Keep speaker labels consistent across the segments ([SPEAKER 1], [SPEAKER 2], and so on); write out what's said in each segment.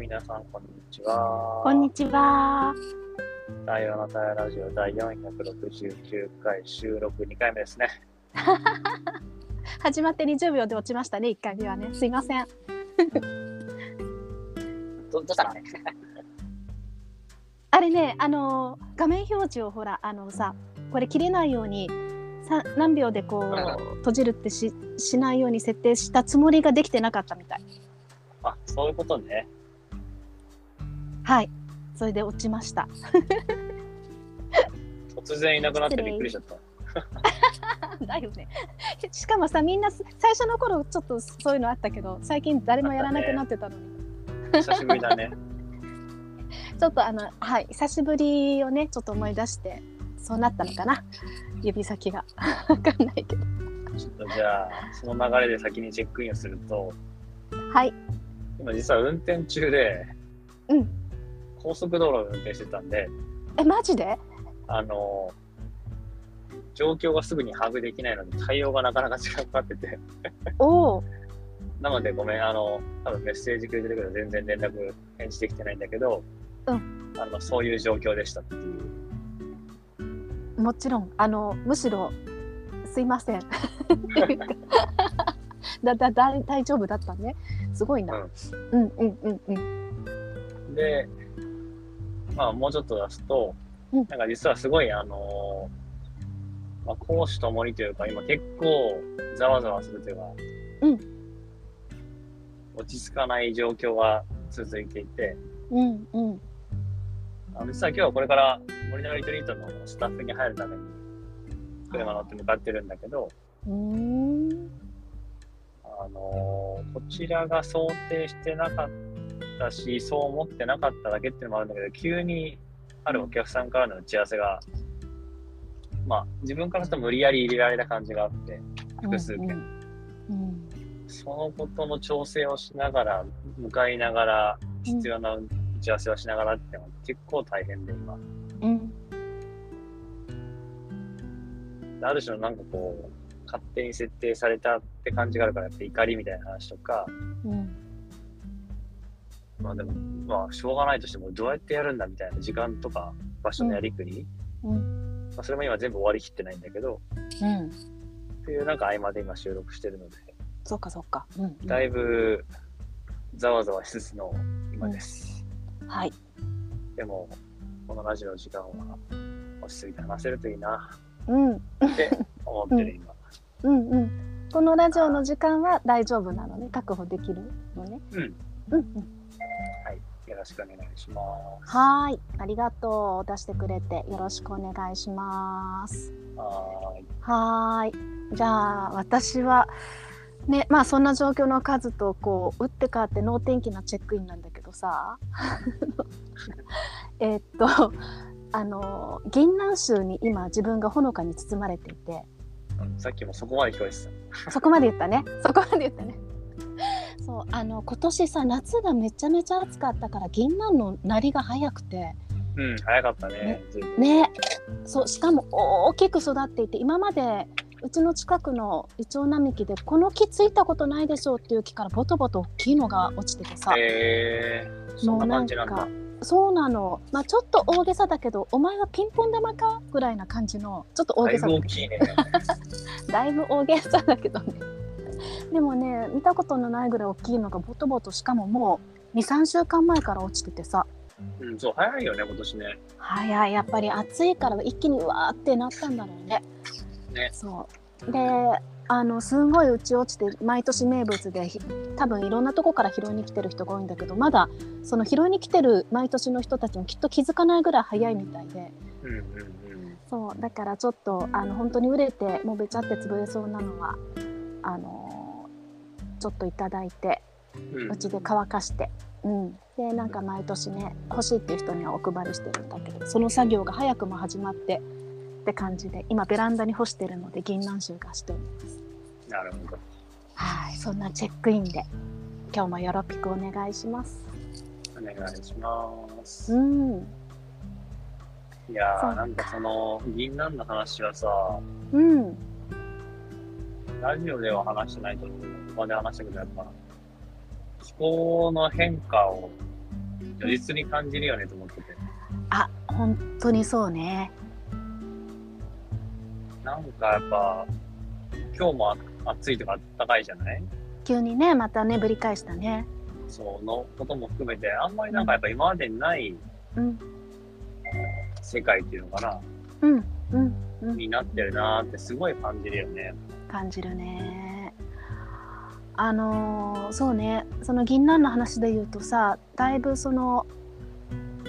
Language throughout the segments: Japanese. [SPEAKER 1] 皆さん、こんにちは。
[SPEAKER 2] こんにちは。
[SPEAKER 1] 太陽の太陽ラジオ第469回収録2回目ですね。
[SPEAKER 2] 始まって20秒で落ちましたね、1回目はね。すいません。
[SPEAKER 1] どどうしたのね
[SPEAKER 2] あれね、あのー画面表示をほら、あのさ、これ切れないようにさ何秒でこう閉じるってししないように設定したつもりができてなかったみたい。
[SPEAKER 1] あ、そういうことね。
[SPEAKER 2] はい。それで落ちました。
[SPEAKER 1] 突然いなくなってびっくりしちゃった。
[SPEAKER 2] だよね。 しかもさ、みんなす最初の頃ちょっとそういうのあったけど、最近誰もやらなくなってたのに。
[SPEAKER 1] 久しぶりだね。
[SPEAKER 2] ちょっとあの、はい、久しぶりをね、ちょっと思い出して、そうなったのかな。指先が。 わかんないけど。
[SPEAKER 1] ちょっとじゃあ、その流れで先にチェックインをすると、
[SPEAKER 2] はい。
[SPEAKER 1] 今実は運転中で、
[SPEAKER 2] うん
[SPEAKER 1] 高速道路を運転してたんで、
[SPEAKER 2] え、マジで
[SPEAKER 1] あの状況がすぐに把握できないので対応がなかなか時間かかってて、
[SPEAKER 2] おお。
[SPEAKER 1] なのでごめん、あの、多分メッセージくれてるけど、全然連絡返事できてないんだけど、
[SPEAKER 2] う
[SPEAKER 1] あのそういう状況でしたっていう。
[SPEAKER 2] もちろん、あの、むしろ、すいません。 だ、だ、だ、大丈夫だったね。すごいな。うん、うん、うん、うん。
[SPEAKER 1] で、まあ、もうちょっと出すと、
[SPEAKER 2] うん
[SPEAKER 1] なんか実はすごい、あのまあ、講師ともにというか、今結構ざわざわするというか、
[SPEAKER 2] うん
[SPEAKER 1] 落ち着かない状況が続いていて、
[SPEAKER 2] うん、うん。
[SPEAKER 1] あの実は今日はこれから森のリトリートのスタッフに入るために車乗って向かってるんだけど、
[SPEAKER 2] うーん。
[SPEAKER 1] あのーこちらが想定してなかったしそう思ってなかっただけっていうのもあるんだけど急にあるお客さんからの打ち合わせがまあ自分からすると無理やり入れられた感じがあって複数件、
[SPEAKER 2] うん。
[SPEAKER 1] そのことの調整をしながら向かいながら必要な打ち合わせをしながらっていうのは結構大変で今
[SPEAKER 2] うん。
[SPEAKER 1] ある種のなんかこう勝手に設定されたって感じがあるからやっぱ怒りみたいな話とか
[SPEAKER 2] うん。
[SPEAKER 1] まあでも、まあ、しょうがないとしても、どうやってやるんだみたいな時間とか場所のやりくり、
[SPEAKER 2] うんう
[SPEAKER 1] まあ、それも今全部終わりきってないんだけど、
[SPEAKER 2] うん。
[SPEAKER 1] っていうなんか合間で今収録してるので、
[SPEAKER 2] そうか、そうか。うん。
[SPEAKER 1] だいぶざわざわしつつの今です。
[SPEAKER 2] はい。
[SPEAKER 1] でも、このラジオの時間は落ち着いて話せるといい な
[SPEAKER 2] うん。
[SPEAKER 1] って思ってる今。
[SPEAKER 2] うんうん。このラジオの時間は大丈夫なのね、確保できるのね。
[SPEAKER 1] うん。
[SPEAKER 2] うんうん。
[SPEAKER 1] よろしくお願いします。
[SPEAKER 2] はーい、ありがとう。出してくれてよろしくお願いします。
[SPEAKER 1] はーい。
[SPEAKER 2] はーい。じゃあ私はね、まあそんな状況の数とこう打って変わって能天気なチェックインなんだけどさ、 えーっとあの銀杏州に今自分がほのかに包まれていて。
[SPEAKER 1] さっきもそこまで聞こえてた。
[SPEAKER 2] そこまで言ったね。そこまで言ったね。そうあの今年さ夏がめちゃめちゃ暑かったから銀杏のなりが早くて
[SPEAKER 1] うん、早かったね。ずいぶん
[SPEAKER 2] ねそうしかも大きく育っていて今までうちの近くのイチョウ並木でこの木ついたことないでしょうっていう木からボトボト大きいのが落ちててさ、
[SPEAKER 1] えー、そんな感じなんだ。
[SPEAKER 2] そうなの、まあ、ちょっと大げさだけどお前はピンポン玉かぐらいな感じのちょっと大
[SPEAKER 1] だい
[SPEAKER 2] げさ
[SPEAKER 1] ぶ
[SPEAKER 2] だ
[SPEAKER 1] 大
[SPEAKER 2] けど
[SPEAKER 1] きいね。
[SPEAKER 2] だいぶ大げさだけどね でもね見たことのないぐらい大きいのがボトボトしかももう23週間前から落ちててさ
[SPEAKER 1] うん、そう、早いよね、今年ね。
[SPEAKER 2] 早いやっぱり暑いから一気にうわーってなったんだろうね
[SPEAKER 1] ね
[SPEAKER 2] そうであのすんごいうち落ちて毎年名物でひ多分いろんなとこから拾いに来てる人が多いんだけどまだその拾いに来てる毎年の人たちもきっと気づかないぐらい早いみたいで
[SPEAKER 1] うんうん
[SPEAKER 2] そうだからちょっとあの本当に売れてもうべちゃって潰れそうなのはあのーちょっといただいて
[SPEAKER 1] うん。
[SPEAKER 2] うちで乾かして、うん、でなんか毎年ね欲しいっていう人にはお配りしてるんだけどその作業が早くも始まってって感じで今ベランダに干してるので銀杏臭がしております
[SPEAKER 1] なるほど。
[SPEAKER 2] はいそんなチェックインで今日もよろぴくお願いします
[SPEAKER 1] お願いします
[SPEAKER 2] う。ん
[SPEAKER 1] いや
[SPEAKER 2] そう
[SPEAKER 1] ー、
[SPEAKER 2] か
[SPEAKER 1] なんかその、銀杏の話はさ、
[SPEAKER 2] うん
[SPEAKER 1] ラジオでは話してないと思うけど、他で話したけど、やっぱ、気候の変化を如実に感じるよねと思ってて、
[SPEAKER 2] あ本当にそうね
[SPEAKER 1] なんかやっぱ、今日もあ暑いとか暖かいじゃない
[SPEAKER 2] 急にねまたねぶり返したね
[SPEAKER 1] そのことも含めて、あんまりなんかやっぱ今までにない
[SPEAKER 2] うん
[SPEAKER 1] 世界っていうのかな、
[SPEAKER 2] うんうんうん
[SPEAKER 1] になってるなーってすごい感じるよね。
[SPEAKER 2] 感じるねあのーそうねその銀杏の話で言うとさだいぶその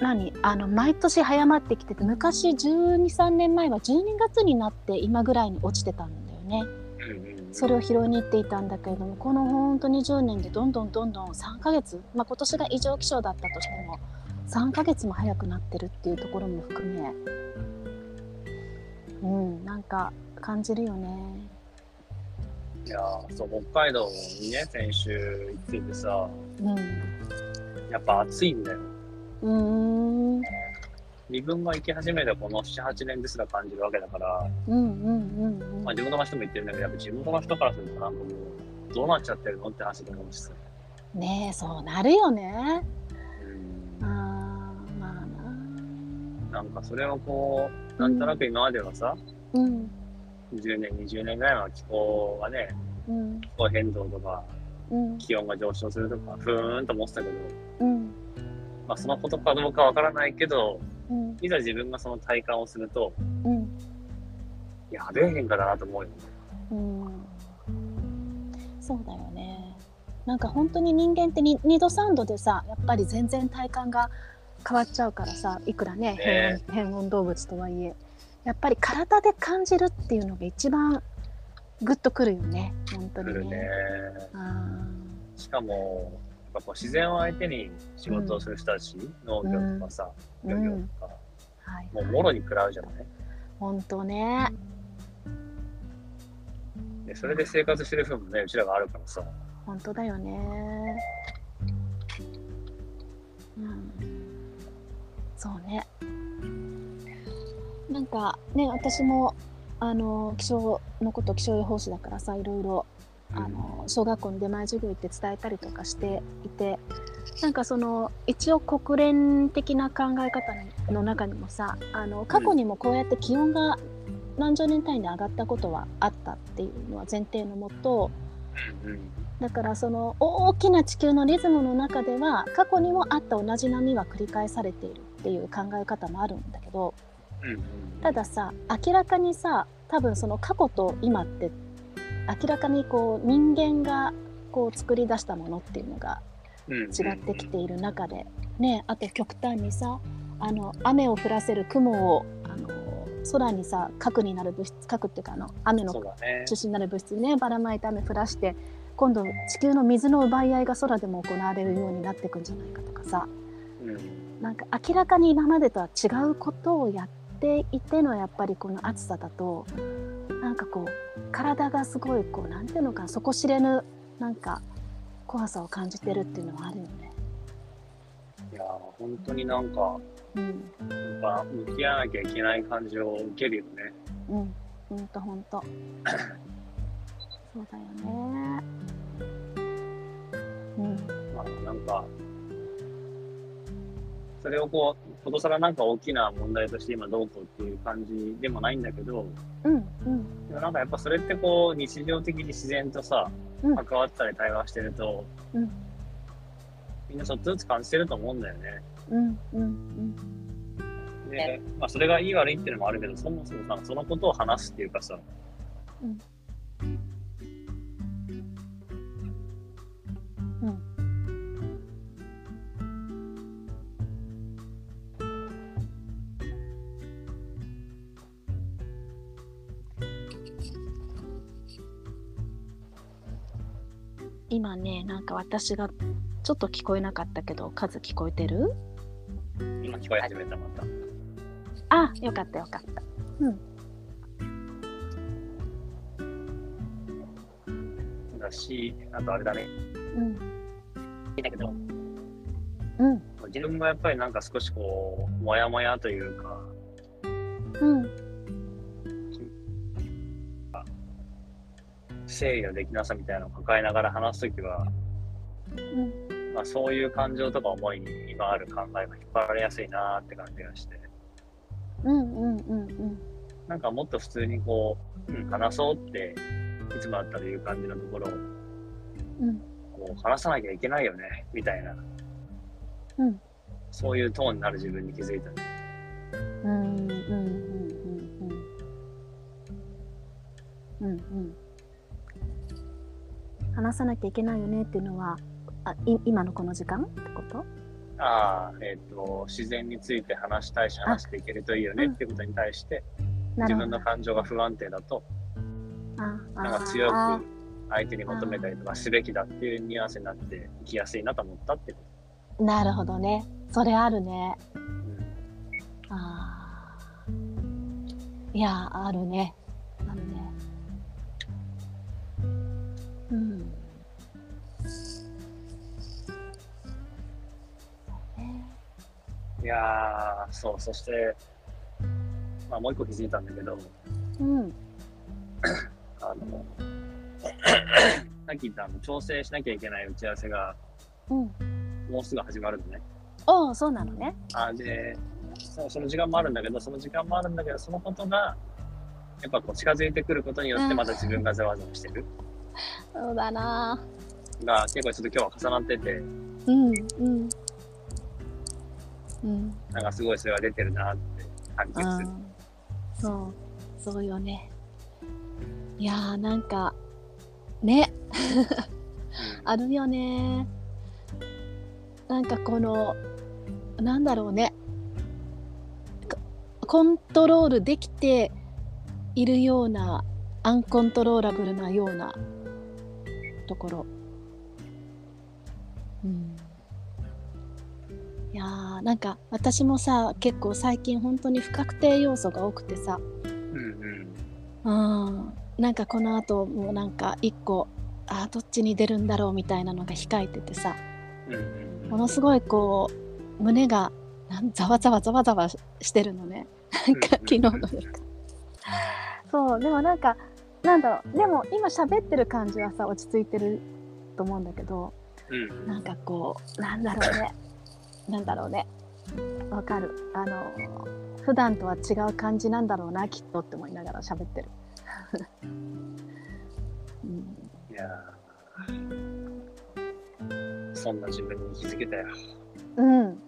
[SPEAKER 2] 何あの毎年早まってきてて昔1 2 3年前は12月になって今ぐらいに落ちてたんだよね
[SPEAKER 1] うんうんうん
[SPEAKER 2] それを拾いに行っていたんだけれどもこの本当に10年でどんどんどんどん3ヶ月、まあ、今年が異常気象だったとしても3ヶ月も早くなってるっていうところも含めうんなんか感じるよね。
[SPEAKER 1] いやーそう北海道にね先週行っててさ
[SPEAKER 2] う
[SPEAKER 1] やっぱ暑いんだよ
[SPEAKER 2] ん、うーん、
[SPEAKER 1] 自分が行き始めたこの78年ですら感じるわけだから、
[SPEAKER 2] うんうんうん
[SPEAKER 1] まあ、地元の人も言ってるんだけどやっぱ地元の人からするとなんかもうどうなっちゃってるのって話だと思うしさ
[SPEAKER 2] うんねえそうなるよね
[SPEAKER 1] うん
[SPEAKER 2] あーまあ
[SPEAKER 1] な
[SPEAKER 2] な
[SPEAKER 1] んかそれをこうなんとなく今まではさ
[SPEAKER 2] うん
[SPEAKER 1] 10年20年ぐらいは気候がね
[SPEAKER 2] うん
[SPEAKER 1] 気候変動とか
[SPEAKER 2] うん
[SPEAKER 1] 気温が上昇するとかふーんと思ってたけど、
[SPEAKER 2] うん
[SPEAKER 1] まあ、そのことかどうかわからないけど
[SPEAKER 2] うん
[SPEAKER 1] いざ自分がその体感をすると
[SPEAKER 2] うん
[SPEAKER 1] やべえ変化だなと思うよね
[SPEAKER 2] うんそうだよねなんか本当に人間ってに2度3度でさやっぱり全然体感が変わっちゃうからさいくらね
[SPEAKER 1] ね
[SPEAKER 2] 変温変温動物とはいえやっぱり体で感じるっていうのが一番グッとくるよね本当
[SPEAKER 1] 来る
[SPEAKER 2] に
[SPEAKER 1] ね
[SPEAKER 2] ね。あー
[SPEAKER 1] しかもやっぱこう自然を相手に仕事をする人たち、農業とかさ、
[SPEAKER 2] う
[SPEAKER 1] 漁業
[SPEAKER 2] ん、
[SPEAKER 1] とか、
[SPEAKER 2] はい、
[SPEAKER 1] もうもろに食らうじゃない
[SPEAKER 2] 本当ね、
[SPEAKER 1] でそれで生活してる分もねうちらがあるからさ
[SPEAKER 2] 本当だよね。うん、そうね。なんかね、私もあの気象のこと気象予報士だからさ、いろいろあの小学校の出前授業行って伝えたりとかしていてなんかその一応国連的な考え方の中にもさあの過去にもこうやって気温が何十年単位で上がったことはあったっていうのは前提のもと
[SPEAKER 1] うんうん
[SPEAKER 2] だからその大きな地球のリズムの中では過去にもあった同じ波は繰り返されているっていう考え方もあるんだけど
[SPEAKER 1] うんうん
[SPEAKER 2] たださ明らかにさ多分その過去と今って明らかにこう人間がこう作り出したものっていうのが
[SPEAKER 1] うん
[SPEAKER 2] 違ってきている中で、ね、あと極端にさあの雨を降らせる雲をあの空にさ核になる物質核っていうかあの雨の
[SPEAKER 1] そうだね
[SPEAKER 2] 中心になる物質ねばらまいて雨降らして今度地球の水の奪い合いが空でも行われるようになっていくんじゃないかとかさ
[SPEAKER 1] うん
[SPEAKER 2] なんか明らかに今までとは違うことをやっていてのやっぱりこの暑さだとなんかこう体がすごいこうなんていうのかな底知れぬなんか怖さを感じてるっていうのはあるよね。
[SPEAKER 1] いやー本当になんか
[SPEAKER 2] うん、
[SPEAKER 1] やっぱ向き合わなきゃいけない感じを受けるよね
[SPEAKER 2] うん、ほんとほんと。そうだよね。うん、
[SPEAKER 1] まあなんかそれをこうことさらなんか大きな問題として今どうこうっていう感じでもないんだけど、
[SPEAKER 2] うん、うん、
[SPEAKER 1] でもなんかやっぱそれってこう日常的に自然とさ
[SPEAKER 2] うん
[SPEAKER 1] 関わったり対話してると、
[SPEAKER 2] うん
[SPEAKER 1] みんなちょっとずつ感じてると思うんだよね。
[SPEAKER 2] うん、うん、うん、
[SPEAKER 1] で、まあ、それがいい悪いっていうのもあるけどそもそもさそのことを話すっていうかさ、
[SPEAKER 2] うんう今ね、なんか私がちょっと聞こえなかったけど、数聞こえてる
[SPEAKER 1] 今聞こえ始めたまた。
[SPEAKER 2] あ、よかったよかった。
[SPEAKER 1] だしあとあれだね
[SPEAKER 2] うん。
[SPEAKER 1] だけど
[SPEAKER 2] うん。
[SPEAKER 1] 自分もやっぱりなんか少しこうモヤモヤというか
[SPEAKER 2] うん。
[SPEAKER 1] 整理のできなさみたいなのを抱えながら話すときは、
[SPEAKER 2] うん。
[SPEAKER 1] ままあ、そういう感情とか思いに今ある考えが引っ張られやすいなーって感じがして
[SPEAKER 2] うんうんうんうん
[SPEAKER 1] なんかもっと普通にこう、うん、話そうっていつもあったらいう感じのところを
[SPEAKER 2] うん
[SPEAKER 1] こう話さなきゃいけないよねみたいな、
[SPEAKER 2] うん
[SPEAKER 1] そういうトーンになる自分に気づいたね
[SPEAKER 2] うんうんうんうんうんうんうん話さなきゃいけないよねっていうのはあい今のこの時間ってこと
[SPEAKER 1] ああえっ、と自然について話したいし話していけるといいよね
[SPEAKER 2] うん
[SPEAKER 1] ってことに対して、
[SPEAKER 2] な
[SPEAKER 1] 自
[SPEAKER 2] るほ
[SPEAKER 1] 分
[SPEAKER 2] ど
[SPEAKER 1] の感情が不安定だと
[SPEAKER 2] あ
[SPEAKER 1] なんか強
[SPEAKER 2] あ
[SPEAKER 1] く相手に求めたりとかすべきだっていうニュアンスになっていきやすいなと思ったってこ
[SPEAKER 2] なるほどねそれあるね
[SPEAKER 1] と、うん
[SPEAKER 2] ああいやあるねあるねうんそうね
[SPEAKER 1] いやーそうそして、まあ、もう一個気づいたんだけど
[SPEAKER 2] うん
[SPEAKER 1] あの さっき言ったあの調整しなきゃいけない打ち合わせが
[SPEAKER 2] うん
[SPEAKER 1] もうすぐ始まるのね
[SPEAKER 2] おおそうなのね
[SPEAKER 1] あでそうその時間もあるんだけどその時間もあるんだけどそのことがやっぱこう近づいてくることによってまた自分がざわざわしてる、
[SPEAKER 2] そうだな
[SPEAKER 1] が結構ちょっと今日は重なってて
[SPEAKER 2] うんうんうん
[SPEAKER 1] なんかすごいそれは出てるなって感じがする。
[SPEAKER 2] そうそうよねいやーなんかねあるよねなんかこのなんだろうねこコントロールできているようなアンコントローラブルなようなところうんいやーなんか私もさ結構最近本当に不確定要素が多くてさ
[SPEAKER 1] うんうん
[SPEAKER 2] うんなんかこの後もうなんか一個あーどっちに出るんだろうみたいなのが控えててさ
[SPEAKER 1] うんうんう
[SPEAKER 2] も
[SPEAKER 1] ん
[SPEAKER 2] のすごいこう胸がなんざわざわざわざわしてるのねなんか昨
[SPEAKER 1] うんう
[SPEAKER 2] 日
[SPEAKER 1] ん
[SPEAKER 2] の夜そうでもなんかなんだろうでも今喋ってる感じはさ落ち着いてると思うんだけど
[SPEAKER 1] うん
[SPEAKER 2] なんかこうなんだろうねなんだろうねわかるあの普段とは違う感じなんだろうなきっとって思いながら喋ってる、 うん、
[SPEAKER 1] いやーそんな自分に気づけたよ。
[SPEAKER 2] うん、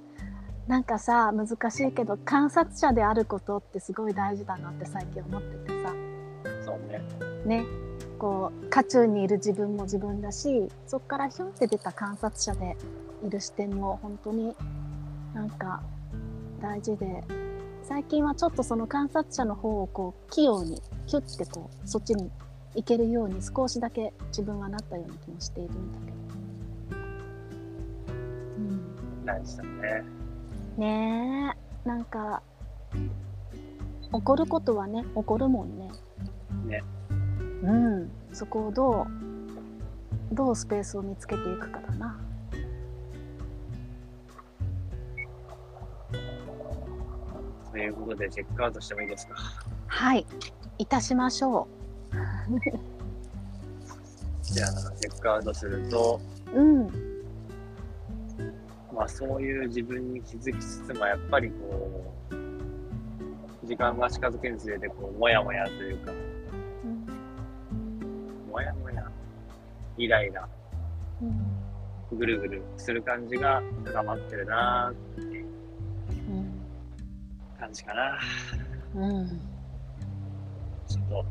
[SPEAKER 2] なんかさ難しいけど観察者であることってすごい大事だなって最近思っててさ
[SPEAKER 1] そうね。
[SPEAKER 2] ねこう渦中にいる自分も自分だしそこからひょんって出た観察者でいる視点も本当になんか大事で最近はちょっとその観察者の方をこう器用にキュッてこうそっちに行けるように少しだけ自分はなったような気もしているんだけど。うん
[SPEAKER 1] 大事だね。
[SPEAKER 2] ねえなんか怒ることはね怒るもんね
[SPEAKER 1] ね
[SPEAKER 2] うんそこをどうどうスペースを見つけていくかだな
[SPEAKER 1] ということで、チェックアウトしてもいいですか。
[SPEAKER 2] はいいたしましょ
[SPEAKER 1] じゃあ、チェックアウトすると、
[SPEAKER 2] ううん
[SPEAKER 1] まあ、そういう自分に気づきつつも、やっぱりこう、時間が近づくにつれて、こう、もやもやというか、
[SPEAKER 2] うん
[SPEAKER 1] もやもや、イライラ、
[SPEAKER 2] うん
[SPEAKER 1] ぐるぐるする感じが高まってるなー感じかな。
[SPEAKER 2] うんうん
[SPEAKER 1] ちょっ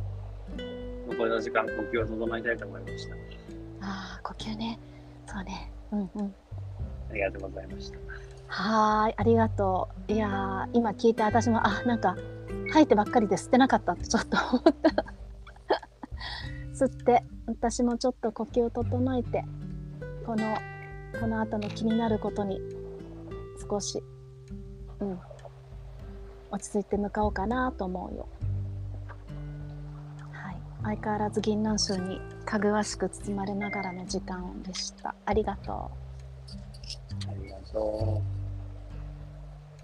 [SPEAKER 1] と、残りの時間、呼吸を整えたいと思いました。
[SPEAKER 2] ああ呼吸ねそうねうんうん
[SPEAKER 1] ありがとうございました。
[SPEAKER 2] はーいありがとういやー今聞いて私もあなんか吐いてばっかりで吸ってなかったってちょっと思った 吸って私もちょっと呼吸を整えてこのこの後の気になることに少しうん落ち着いて向かおうかなと思うよはい相変わらず銀杏賞にかぐわしく包まれながらの時間でしたありがと
[SPEAKER 1] ありがと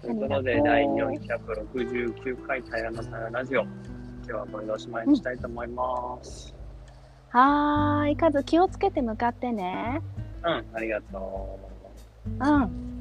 [SPEAKER 1] う。ということ
[SPEAKER 2] あ
[SPEAKER 1] で、
[SPEAKER 2] り
[SPEAKER 1] 第
[SPEAKER 2] が
[SPEAKER 1] 469回平野さんラジオ。今日はこれでおしまいにしたいと思います。
[SPEAKER 2] うはーいカズ気をつけて向かってね
[SPEAKER 1] うん、ありがとう。
[SPEAKER 2] うん